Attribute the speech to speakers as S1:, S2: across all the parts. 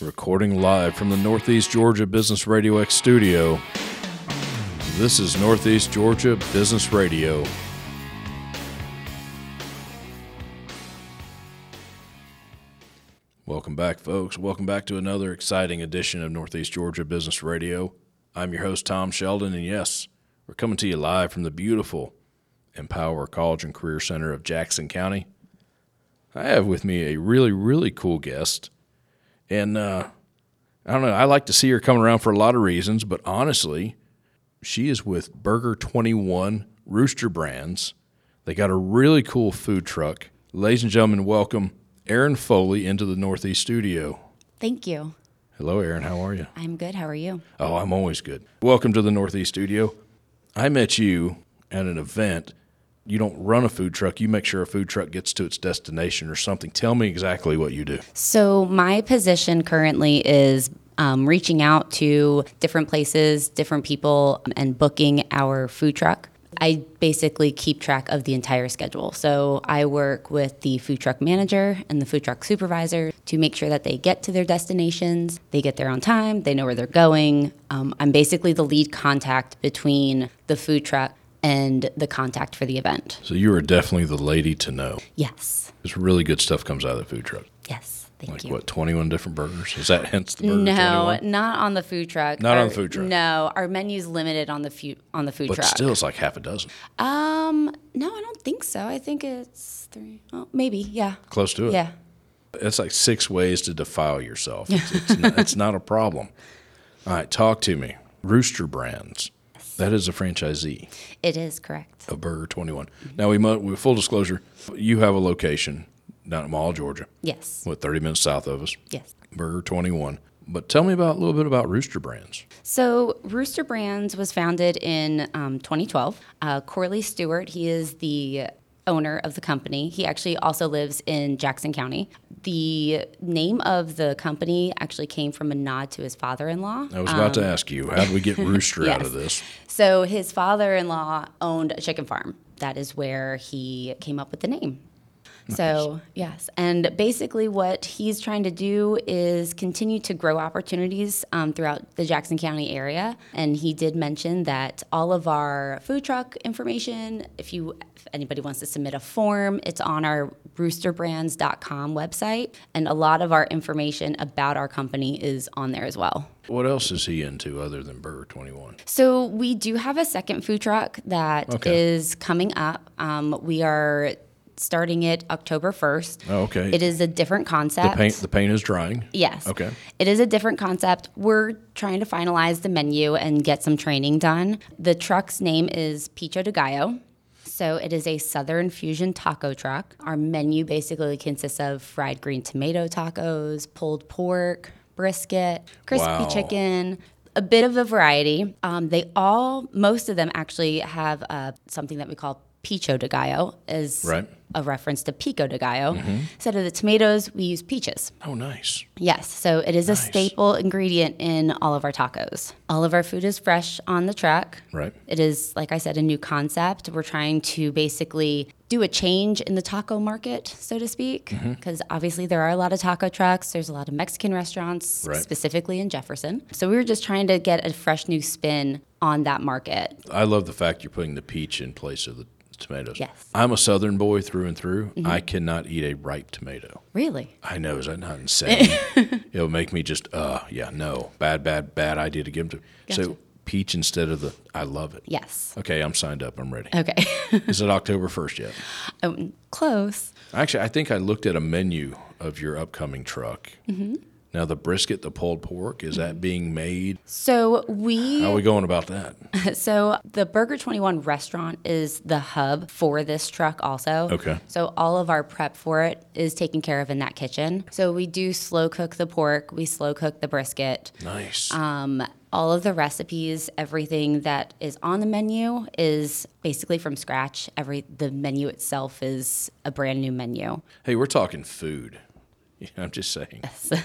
S1: Recording live from the Northeast Georgia Business Radio X studio. This is Northeast Georgia Business Radio. Welcome back, folks. Welcome back to another exciting edition of Northeast Georgia Business Radio. I'm your host, Tom Sheldon, and yes, we're coming to you live from the beautiful Empower College and Career Center of Jackson County. I have with me a really, really cool guest. And uh, I don't know, I like to see her coming around for a lot of reasons, but honestly, she is with Burger 21 Rooster Brands. They got a really cool food truck. Ladies and gentlemen, welcome Aaron Foley into the Northeast studio.
S2: Thank you.
S1: Hello, Aaron. How are you?
S2: I'm good. How are you?
S1: Oh, I'm always good. Welcome to the Northeast studio. I met you at an event. You don't run a food truck, you make sure a food truck gets to its destination or something. Tell me exactly what you do.
S2: So, my position currently is um, reaching out to different places, different people, um, and booking our food truck. I basically keep track of the entire schedule. So, I work with the food truck manager and the food truck supervisor to make sure that they get to their destinations, they get there on time, they know where they're going. Um, I'm basically the lead contact between the food truck and the contact for the event.
S1: So, you are definitely the lady to know.
S2: Yes,
S1: There's really good stuff comes out of the food truck.
S2: yes. Thank
S1: Like
S2: you.
S1: what, 21 different burgers? Is that hence the burger?
S2: No,
S1: 21?
S2: not on the food truck.
S1: Not on
S2: Our-
S1: the food truck.
S2: No, our menu's limited on the food on the food
S1: But
S2: truck.
S1: still, it's like half a dozen.
S2: Um, no, I don't think so. I think it's three. Oh, maybe. Yeah.
S1: Close to it.
S2: Yeah.
S1: It's like six ways to defile yourself. It's, it's, not, it's not a problem. All right, talk to me. Rooster Brands. That is a franchisee
S2: It is correct.
S1: of Burger 21. Now, we must, full disclosure, you have a location down in Mall, Georgia,
S2: Yes.
S1: what, 30 minutes south of us,
S2: Yes.
S1: Burger 21. But tell me about a little bit about Rooster Brands.
S2: So Rooster Brands was founded in um, 2012. Uh, Corley Stewart, he is the owner of the company. He actually also lives in Jackson County. The name of the company actually came from a nod to his father-in-law.
S1: I was about
S2: Um,
S1: to ask you, how do we get Rooster out of this?
S2: So his father-in-law owned a chicken farm. That is where he came up with the name. So, yes. And basically, what he's trying to do is continue to grow opportunities um, throughout the Jackson County area. And he did mention that all of our food truck information, if you if anybody wants to submit a form, it's on our roosterbrands.com website. And a lot of our information about our company is on there as well.
S1: What else is he into other than Burger 21?
S2: So we do have a second food truck that is
S1: Okay.
S2: coming up. Um, we are starting it October first.
S1: Oh, okay.
S2: It is a different concept.
S1: The paint, the paint is drying.
S2: Yes.
S1: Okay.
S2: It is a different concept. We're trying to finalize the menu and get some training done. The truck's name is Picho de Gallo. So it is a Southern fusion taco truck. Our menu basically consists of fried green tomato tacos, pulled pork, brisket, crispy
S1: Wow.
S2: chicken. A bit of a variety. Um, they all, most of them actually have uh, something that we call picho de gallo, is
S1: Right. Mm-hmm.
S2: a reference to pico de gallo. Instead of the tomatoes, we use peaches.
S1: Oh, nice.
S2: Yes, so it is a staple ingredient in all of our tacos. All of our food is fresh on the truck.
S1: Right.
S2: It is, like I said, a new concept. We're trying to basically do a change in the taco market, so to speak, because obviously there are a lot of taco trucks. There's a lot of Mexican restaurants,
S1: Right.
S2: specifically in Jefferson. So we were just trying to get a fresh new spin on that market.
S1: I love the fact you're putting the peach in place of the tomatoes.
S2: Yes. Mm-hmm.
S1: I'm a Southern boy through and through. I cannot eat a ripe tomato.
S2: Really?
S1: I know, is that not insane? It'll make me just, uh, yeah, no, bad, bad, bad idea to give them to. So peach instead of the, I love it.
S2: Yes.
S1: Okay, I'm signed up. I'm ready.
S2: Okay.
S1: is it October 1st yet?
S2: oh, close.
S1: Actually, I think I looked at a menu of your upcoming truck.
S2: Mm-hmm.
S1: Now, the brisket, the pulled pork, is that being made?
S2: So we.
S1: How are we going about that?
S2: So the Burger 21 restaurant is the hub for this truck also.
S1: Okay.
S2: So all of our prep for it is taken care of in that kitchen. So we do slow cook the pork, we slow cook the brisket.
S1: Nice.
S2: Um, all of the recipes, everything that is on the menu is basically from scratch. Every the menu itself is a brand new menu.
S1: Hey, we're talking food. Yeah, I'm just saying.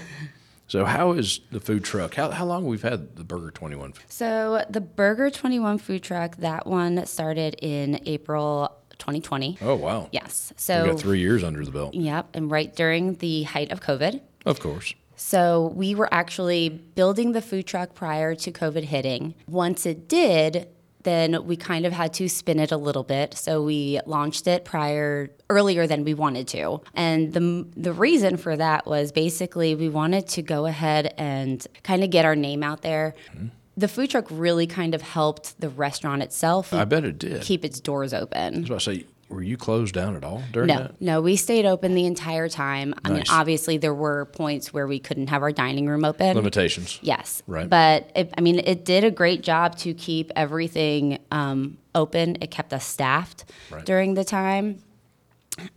S1: so, how is the food truck? How, how long we've had the Burger 21?
S2: So the Burger 21 food truck, that one started in April 2020.
S1: Oh, wow. We
S2: Yes. So
S1: got three years under the belt,
S2: Yep, and right during the height of COVID.
S1: of course.
S2: So we were actually building the food truck prior to COVID hitting. Once it did, then we kind of had to spin it a little bit. So we launched it prior earlier than we wanted to. And the the reason for that was basically we wanted to go ahead and kind of get our name out there.
S1: Mm-hmm.
S2: The food truck really kind of helped the restaurant itself
S1: I bet it did.
S2: keep its doors open.
S1: I was about to say, were you closed down at all during
S2: No,
S1: that?
S2: no, we stayed open the entire time. I mean,
S1: Nice.
S2: obviously there were points where we couldn't have our dining room open.
S1: Limitations.
S2: Yes.
S1: Right.
S2: But it, I mean, it did a great job to keep everything um, open. It kept us staffed
S1: Right.
S2: during the time.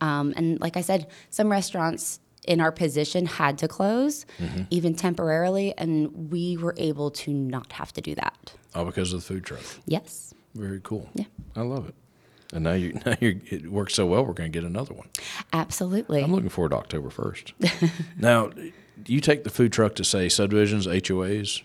S2: Um, and like I said, some restaurants in our position had to close,
S1: Mm-hmm.
S2: even temporarily, and we were able to not have to do that.
S1: All because of the food truck.
S2: Yes.
S1: Very cool.
S2: Yeah.
S1: I love it. And now you now you it works so well. We're going to get another one.
S2: Absolutely.
S1: I'm looking forward to October first. now, do you take the food truck to say subdivisions, HOAs,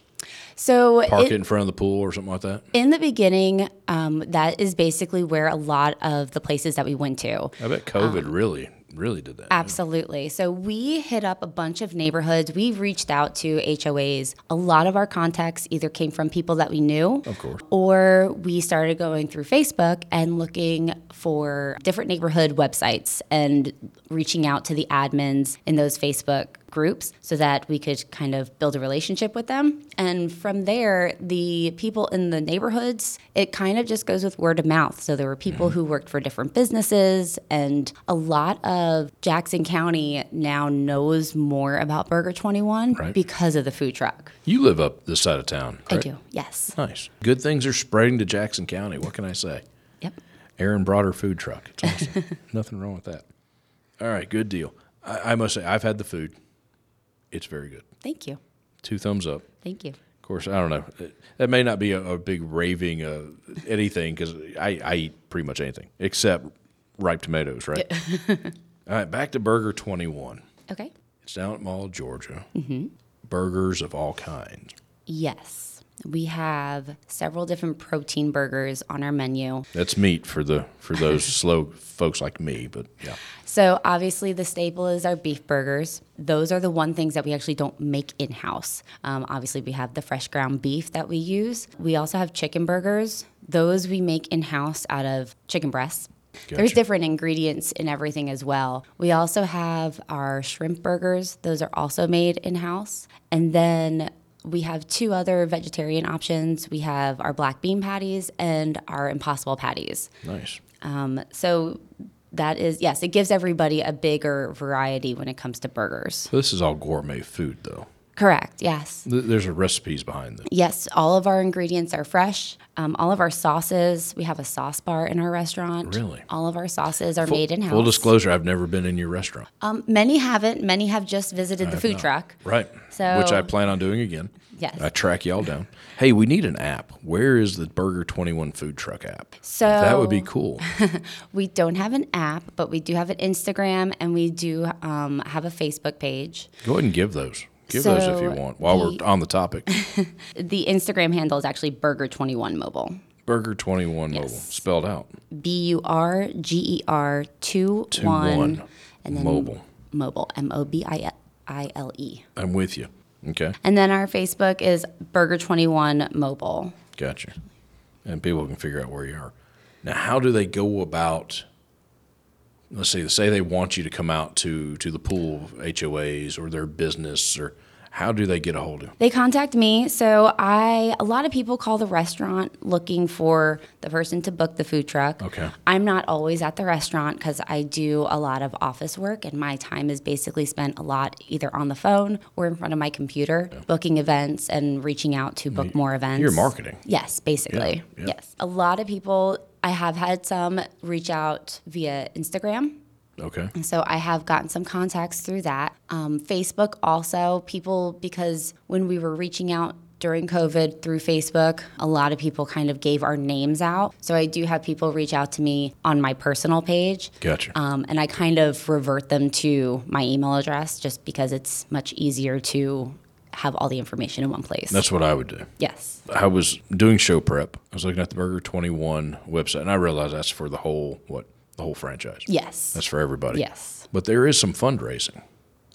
S2: so
S1: park
S2: it-
S1: it in front of the pool or something like that?
S2: in the beginning, um, that is basically where a lot of the places that we went to.
S1: I bet COVID
S2: Um,
S1: really really did that.
S2: Absolutely. So we hit up a bunch of neighborhoods. We reached out to HOAs. A lot of our contacts either came from people that we knew,
S1: Of course.
S2: or we started going through Facebook and looking for different neighborhood websites and reaching out to the admins in those Facebook groups so that we could kind of build a relationship with them. And from there, the people in the neighborhoods, it kind of just goes with word of mouth. So there were people who worked for different businesses, and a lot of Jackson County now knows more about Burger 21
S1: Right.
S2: because of the food truck.
S1: You live up this side of town. correct?
S2: I do. Yes.
S1: Nice. Good things are spreading to Jackson County. What can I say?
S2: Yep.
S1: Aaron brought her food truck. It's awesome. Nothing wrong with that. All right, good deal. I, I must say, I've had the food. It's very good.
S2: Thank you.
S1: Two thumbs up.
S2: Thank you.
S1: Of course, I don't know. It- That may not be a, a big raving uh, anything because I, I eat pretty much anything except ripe tomatoes, right? All right, back to Burger 21.
S2: Okay.
S1: It's down at Mall of Georgia. Mm-hmm. Burgers of all kinds.
S2: Yes. We have several different protein burgers on our menu.
S1: That's meat for the for those slow folks like me, but yeah.
S2: So, obviously, the staple is our beef burgers. Those are the one things that we actually don't make in house. Um, obviously, we have the fresh ground beef that we use. We also have chicken burgers. Those we make in house out of chicken breasts. There's
S1: Gotcha.
S2: different ingredients in everything as well. We also have our shrimp burgers, those are also made in house. And then we have two other vegetarian options. We have our black bean patties and our impossible patties.
S1: Nice.
S2: Um, so that is yes, it gives everybody a bigger variety when it comes to burgers.
S1: So this is all gourmet food, though.
S2: Correct. Yes.
S1: Th- There's a recipes behind this.
S2: Yes, all of our ingredients are fresh. Um, all of our sauces, we have a sauce bar in our restaurant.
S1: Really?
S2: All of our sauces are made in house.
S1: Full disclosure: I've never been in your restaurant,
S2: um, many haven't. Many have just visited the food truck.
S1: right?
S2: So-
S1: Which I plan on doing again.
S2: Yes.
S1: I track y'all down. Hey, we need an app. Where is the Burger Twenty One food truck app?
S2: So
S1: that would be cool.
S2: We don't have an app, but we do have an Instagram and we do um, have a Facebook page.
S1: Go ahead and give those. Give those if you
S2: So
S1: want. While
S2: the-
S1: we're on the topic,
S2: The Instagram handle is actually Burger21 Mobile.
S1: Burger Twenty One Mobile spelled out.
S2: B U R G E R 2
S1: one.
S2: 1 and then
S1: Mobile.
S2: Mobile, M O B I I L E.
S1: I'm with you. Okay,
S2: And then our Facebook is Burger21 Mobile.
S1: gotcha. And people can figure out where you are. Now, how do they go about? Let's see. Say they want you to come out to to the pool, HOAs or their business, or how do they get a hold of? you?
S2: They contact me. So I, a lot of people call the restaurant looking for the person to book the food truck.
S1: Okay.
S2: I'm not always at the restaurant because I do a lot of office work and my time is basically spent a lot either on the phone or in front of my computer, booking events and reaching out to book more events.
S1: You're marketing.
S2: Yes, basically.
S1: Yeah, yeah.
S2: Yes. A lot of people, I have had some reach out via Instagram.
S1: Okay.
S2: So I have gotten some contacts through that. Um, Facebook also, people, because when we were reaching out during COVID through Facebook, a lot of people kind of gave our names out. So I do have people reach out to me on my personal page.
S1: Gotcha.
S2: Um, and I kind of revert them to my email address just because it's much easier to have all the information in one place.
S1: That's what I would do.
S2: yes.
S1: I was doing show prep. I was looking at the Burger 21 website and I realized that's for the whole what? The whole franchise.
S2: Yes.
S1: That's for everybody.
S2: Yes.
S1: But there is some fundraising.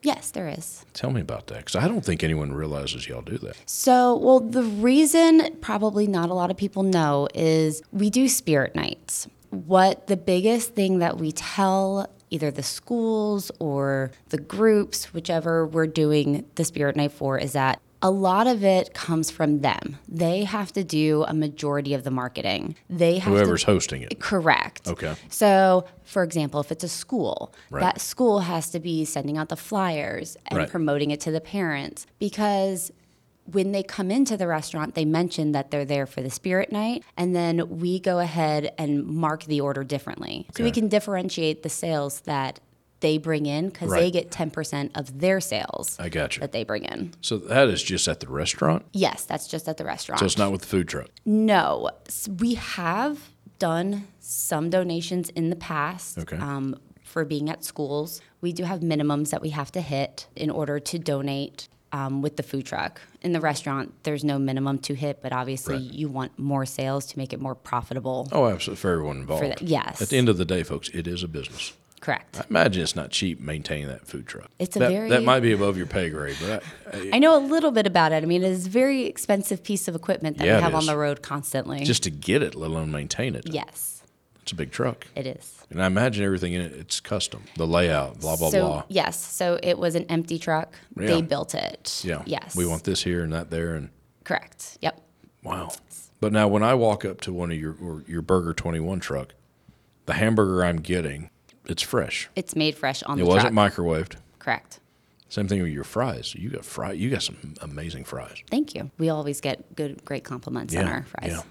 S2: Yes, there is.
S1: Tell me about that, because I don't think anyone realizes y'all do that.
S2: So, well, the reason probably not a lot of people know is we do spirit nights. What the biggest thing that we tell either the schools or the groups, whichever we're doing the spirit night for, is that a lot of it comes from them. They have to do a majority of the marketing. They have
S1: Whoever's
S2: to
S1: hosting it.
S2: Correct.
S1: Okay.
S2: So, for example, if it's a school,
S1: Right.
S2: that school has to be sending out the flyers and
S1: Right.
S2: promoting it to the parents because when they come into the restaurant, they mention that they're there for the spirit night, and then we go ahead and mark the order differently. So we
S1: Okay.
S2: can differentiate the sales that they bring in because they
S1: Right.
S2: get 10% of their sales
S1: I got you.
S2: that they bring in.
S1: So that is just at the restaurant.
S2: Yes, that's just at the restaurant.
S1: So it's not with the food truck.
S2: No, S- we have done some donations in the past
S1: Okay.
S2: um, for being at schools. We do have minimums that we have to hit in order to donate um, with the food truck. In the restaurant, there's no minimum to hit, but obviously
S1: Right.
S2: you want more sales to make it more profitable.
S1: Oh, absolutely. For everyone involved.
S2: the- yes.
S1: At the end of the day, folks, it is a business.
S2: Correct.
S1: I imagine it's not cheap maintaining that food truck.
S2: It's a
S1: that,
S2: very-
S1: that might be above your pay grade, but I, I,
S2: I know a little bit about it. I mean, it is a very expensive piece of equipment that
S1: Yeah, it
S2: we have on
S1: is.
S2: the road constantly.
S1: just to get it, let alone maintain it,
S2: yes,
S1: it's a big truck.
S2: it is.
S1: And I imagine everything in it, it's custom. The layout, blah blah
S2: so
S1: blah.
S2: yes, so it was an empty truck.
S1: Yeah.
S2: They built it.
S1: Yeah.
S2: Yes.
S1: We want this here and that there, and
S2: Correct. Yep.
S1: wow. But now, when I walk up to one of your or your Burger Twenty One truck, the hamburger I'm getting, it's fresh.
S2: It's made fresh on
S1: It
S2: the
S1: wasn't
S2: truck.
S1: microwaved.
S2: Correct.
S1: Same thing with your fries. You got fry. You got some amazing fries.
S2: Thank you. We always get good, great compliments on our fries.
S1: Yeah.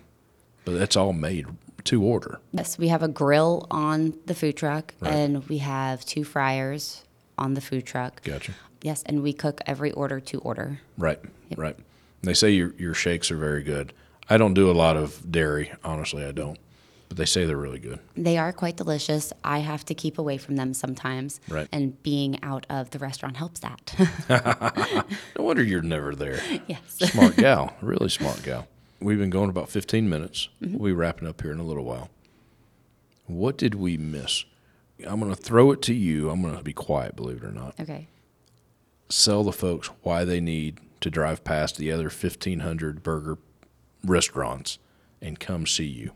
S1: But that's all made to order.
S2: Yes, we have a grill on the food truck,
S1: Right.
S2: and we have two fryers on the food truck.
S1: Gotcha.
S2: Yes, and we cook every order to order.
S1: Right. Right. And they say your your shakes are very good. I don't do a lot of dairy, honestly. I don't. But they say they're really good.
S2: They are quite delicious. I have to keep away from them sometimes,
S1: Right.
S2: and being out of the restaurant helps that.
S1: No wonder you're never there.
S2: yes.
S1: Smart gal, really smart gal. We've been going about 15 minutes. We'll be wrapping up here in a little while. What did we miss? I'm going to throw it to you. I'm going to be quiet, believe it or not.
S2: Okay.
S1: Sell the folks why they need to drive past the other 1,500 burger restaurants and come see you.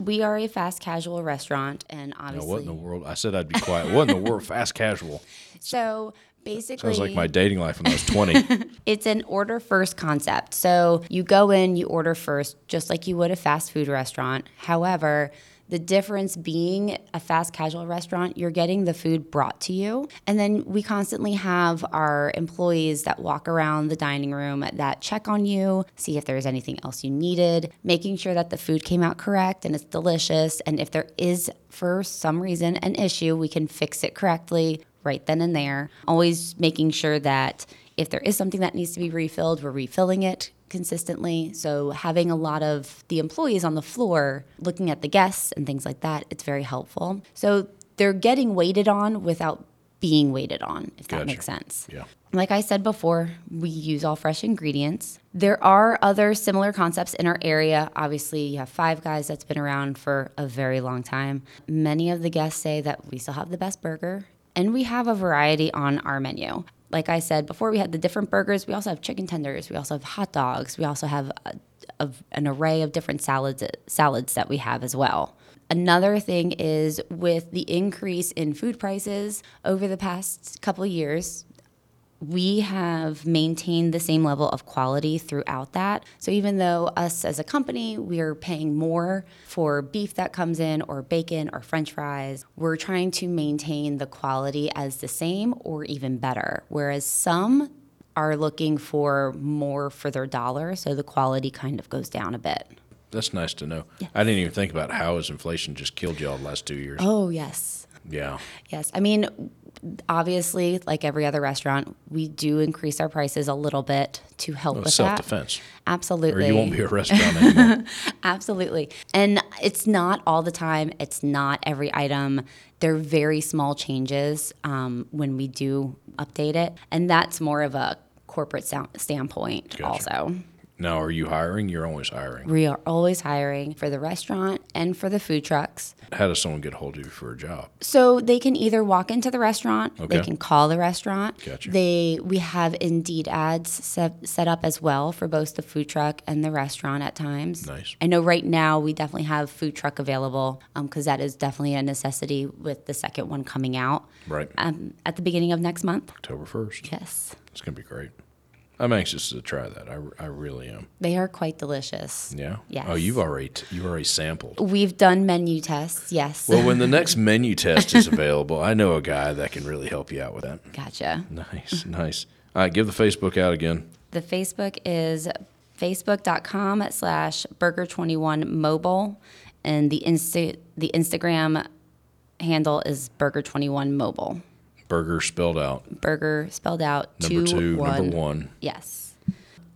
S2: We are a fast casual restaurant, and
S1: Now,
S2: obviously,
S1: what in the world? I said I'd be quiet. What in the world? Fast casual.
S2: so basically,
S1: Sounds like my dating life when I was 20.
S2: It's an order first concept. So you go in, you order first, just like you would a fast food restaurant. However, the difference being a fast casual restaurant, you're getting the food brought to you. And then we constantly have our employees that walk around the dining room that check on you, see if there's anything else you needed, making sure that the food came out correct and it's delicious. And if there is, for some reason, an issue, we can fix it correctly right then and there. Always making sure that if there is something that needs to be refilled, we're refilling it consistently. So having a lot of the employees on the floor looking at the guests and things like that, it's very helpful. So they're getting waited on without being waited on, if that
S1: Gotcha.
S2: makes sense.
S1: yeah.
S2: Like I said before, we use all fresh ingredients. There are other similar concepts in our area. Obviously, you have Five Guys that's been around for a very long time. Many of the guests say that we still have the best burger, and we have a variety on our menu. Like I said before, we had the different burgers. We also have chicken tenders. We also have hot dogs. We also have a, of an array of different salads salads that we have as well. Another thing is with the increase in food prices over the past couple of years, we have maintained the same level of quality throughout that. So even though us as a company, we're paying more for beef that comes in or bacon or french fries, we're trying to maintain the quality as the same or even better. Whereas some are looking for more for their dollar, so the quality kind of goes down a bit.
S1: That's nice to know. I didn't even think about how his inflation just killed y'all the last two years.
S2: Oh, yes.
S1: Yeah.
S2: Yes. I mean, obviously, like every other restaurant, we do increase our prices a little bit to help with
S1: Self
S2: that.
S1: defense. Or
S2: Absolutely.
S1: you won't be a restaurant anymore.
S2: Absolutely. And it's not all the time, it's not every item. They're very small changes um, when we do update it. And that's more of a corporate sound- standpoint,
S1: Gotcha.
S2: also.
S1: Now, are you hiring? You're always hiring.
S2: We are always hiring for the restaurant and for the food trucks.
S1: How does someone get hold of you for a job?
S2: So they can either walk into the restaurant,
S1: Okay.
S2: they can call the restaurant.
S1: Gotcha.
S2: They we have Indeed ads set, set up as well for both the food truck and the restaurant at times.
S1: Nice.
S2: I know right now we definitely have food truck available because that is definitely a necessity with the second one coming out
S1: Right.
S2: um, at the beginning of next month.
S1: October 1st.
S2: Yes,
S1: It's going to be great. I'm anxious to try that. I, I really am.
S2: they are quite delicious.
S1: Yeah.
S2: Yes.
S1: Oh, you've already t- you've already sampled.
S2: We've done menu tests. Yes.
S1: Well, when the next menu test is available, I know a guy that can really help you out with that.
S2: gotcha.
S1: Nice, nice. All right, give the Facebook out again.
S2: The Facebook is facebook.com slash burger21 mobile. And the Insta- the Instagram handle is burger21 mobile.
S1: Burger spelled out.
S2: Burger spelled out
S1: Number two,
S2: two, one.
S1: number one.
S2: Yes.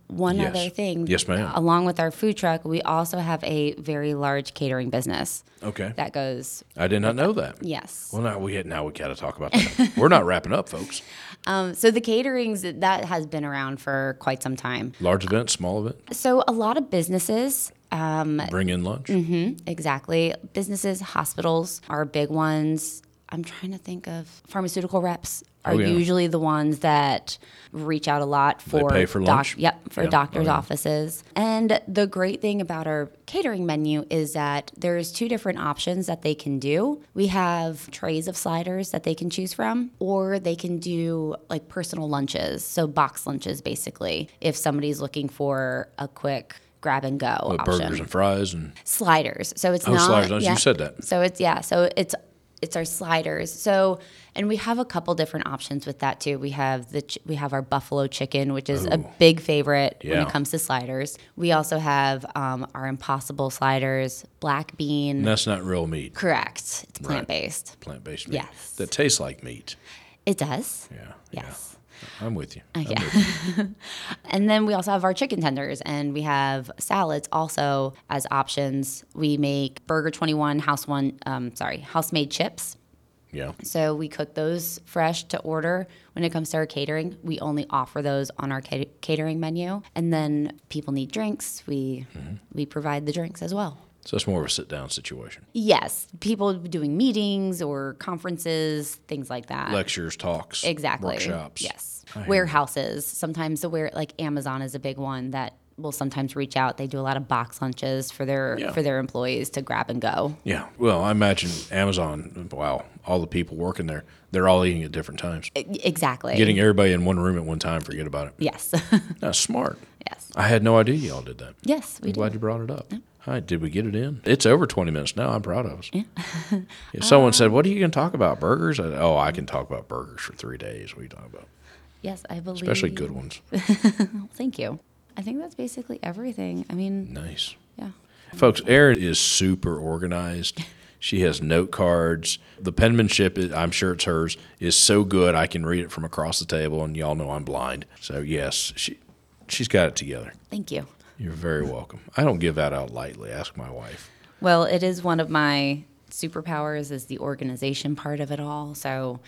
S2: One
S1: Yes.
S2: other thing.
S1: Yes, ma'am.
S2: Along with our food truck, we also have a very large catering business
S1: Okay.
S2: that goes,
S1: I did not know that.
S2: yes.
S1: Well, now we now we got to talk about that. We're not wrapping up, folks.
S2: Um, so the caterings, that has been around for quite some time.
S1: Large event, small event,
S2: So a lot of businesses
S1: bring in lunch.
S2: Mm-hmm. Exactly. Businesses, hospitals are big ones. I'm trying to think of pharmaceutical reps are
S1: Oh, yeah.
S2: usually the ones that reach out a lot for,
S1: pay for lunch?
S2: Yep, for
S1: Yeah.
S2: doctors'
S1: Oh, yeah.
S2: offices. And the great thing about our catering menu is that there's two different options that they can do. We have trays of sliders that they can choose from, or they can do like personal lunches, so box lunches basically. If somebody's looking for a quick grab and go
S1: But
S2: option
S1: burgers and fries and
S2: sliders. So it's
S1: Oh,
S2: not
S1: sliders. Oh, you said that.
S2: So it's yeah. So it's it's our sliders. So and we have a couple different options with that too. We have the ch- we have our buffalo chicken, which is a big favorite when
S1: Yeah.
S2: it comes to sliders. We also have um, our impossible sliders, black bean.
S1: and that's not real meat,
S2: Correct. It's plant based.
S1: plant based meat.
S2: Yes.
S1: That tastes like meat.
S2: It does.
S1: Yeah.
S2: Yes.
S1: Yeah. I'm with you. I'm
S2: yeah.
S1: with you.
S2: And then we also have our chicken tenders and we have salads also as options. We make Burger 21 House 1 um, sorry, house made chips.
S1: Yeah.
S2: So we cook those fresh to order. When it comes to our catering, we only offer those on our ca- catering menu. And then people need drinks, we
S1: Mm-hmm.
S2: we provide the drinks as well.
S1: So that's more of a sit down situation.
S2: Yes, people doing meetings or conferences, things like that.
S1: Lectures, talks,
S2: exactly.
S1: workshops.
S2: Yes.
S1: I hear
S2: Warehouses. Sometimes the where like Amazon is a big one that will sometimes reach out. They do a lot of box lunches for their
S1: Yeah.
S2: for their employees to grab and go.
S1: Yeah. Well, I imagine Amazon, wow, all the people working there, they're all eating at different times.
S2: E- Exactly.
S1: Getting everybody in one room at one time, forget about it.
S2: yes.
S1: That's smart.
S2: yes.
S1: I had no idea y'all did that.
S2: Yes, we
S1: I'm
S2: do.
S1: glad you brought it up. All right, did we get it in? It's over 20 minutes now. I'm proud of us. Yeah. someone said, What are you going to talk about? Burgers? I, oh, I can talk about burgers for three days. What are you talking about?
S2: Yes, I believe.
S1: Especially good ones.
S2: Thank you. I think that's basically everything. I mean,
S1: Nice.
S2: yeah.
S1: Folks, Erin is super organized. She has note cards. The penmanship, is, I'm sure it's hers, is so good I can read it from across the table, and y'all know I'm blind. So yes, she she's got it together.
S2: Thank you.
S1: You're very welcome. I don't give that out lightly. Ask my wife.
S2: Well, it is one of my superpowers is the organization part of it all. So,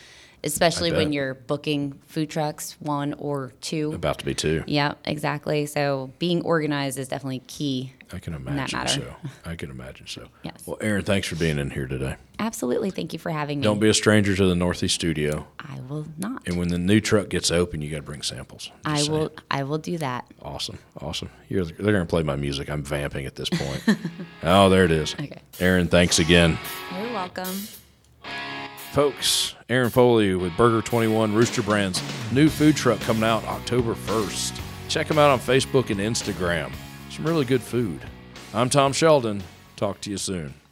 S2: especially when
S1: bet.
S2: you're booking food trucks, one or two.
S1: About to be two.
S2: yeah, exactly. So, being organized is definitely key.
S1: I can imagine
S2: matter.
S1: so. I can imagine so.
S2: Yes.
S1: Well, Erin, thanks for being in here today.
S2: Absolutely. Thank you for having me.
S1: Don't be a stranger to the Northeast studio.
S2: I will not.
S1: And when the new truck gets open, you got to bring samples. Just
S2: I
S1: saying.
S2: will I will do that.
S1: Awesome. Awesome. You're, they're going to play my music. I'm vamping at this point. oh, there it is.
S2: Okay.
S1: Aaron, thanks again.
S2: You're welcome.
S1: Folks, Aaron Foley with Burger 21 Rooster Brands, new food truck coming out October 1st. Check them out on Facebook and Instagram. Some really good food. I'm Tom Sheldon. Talk to you soon.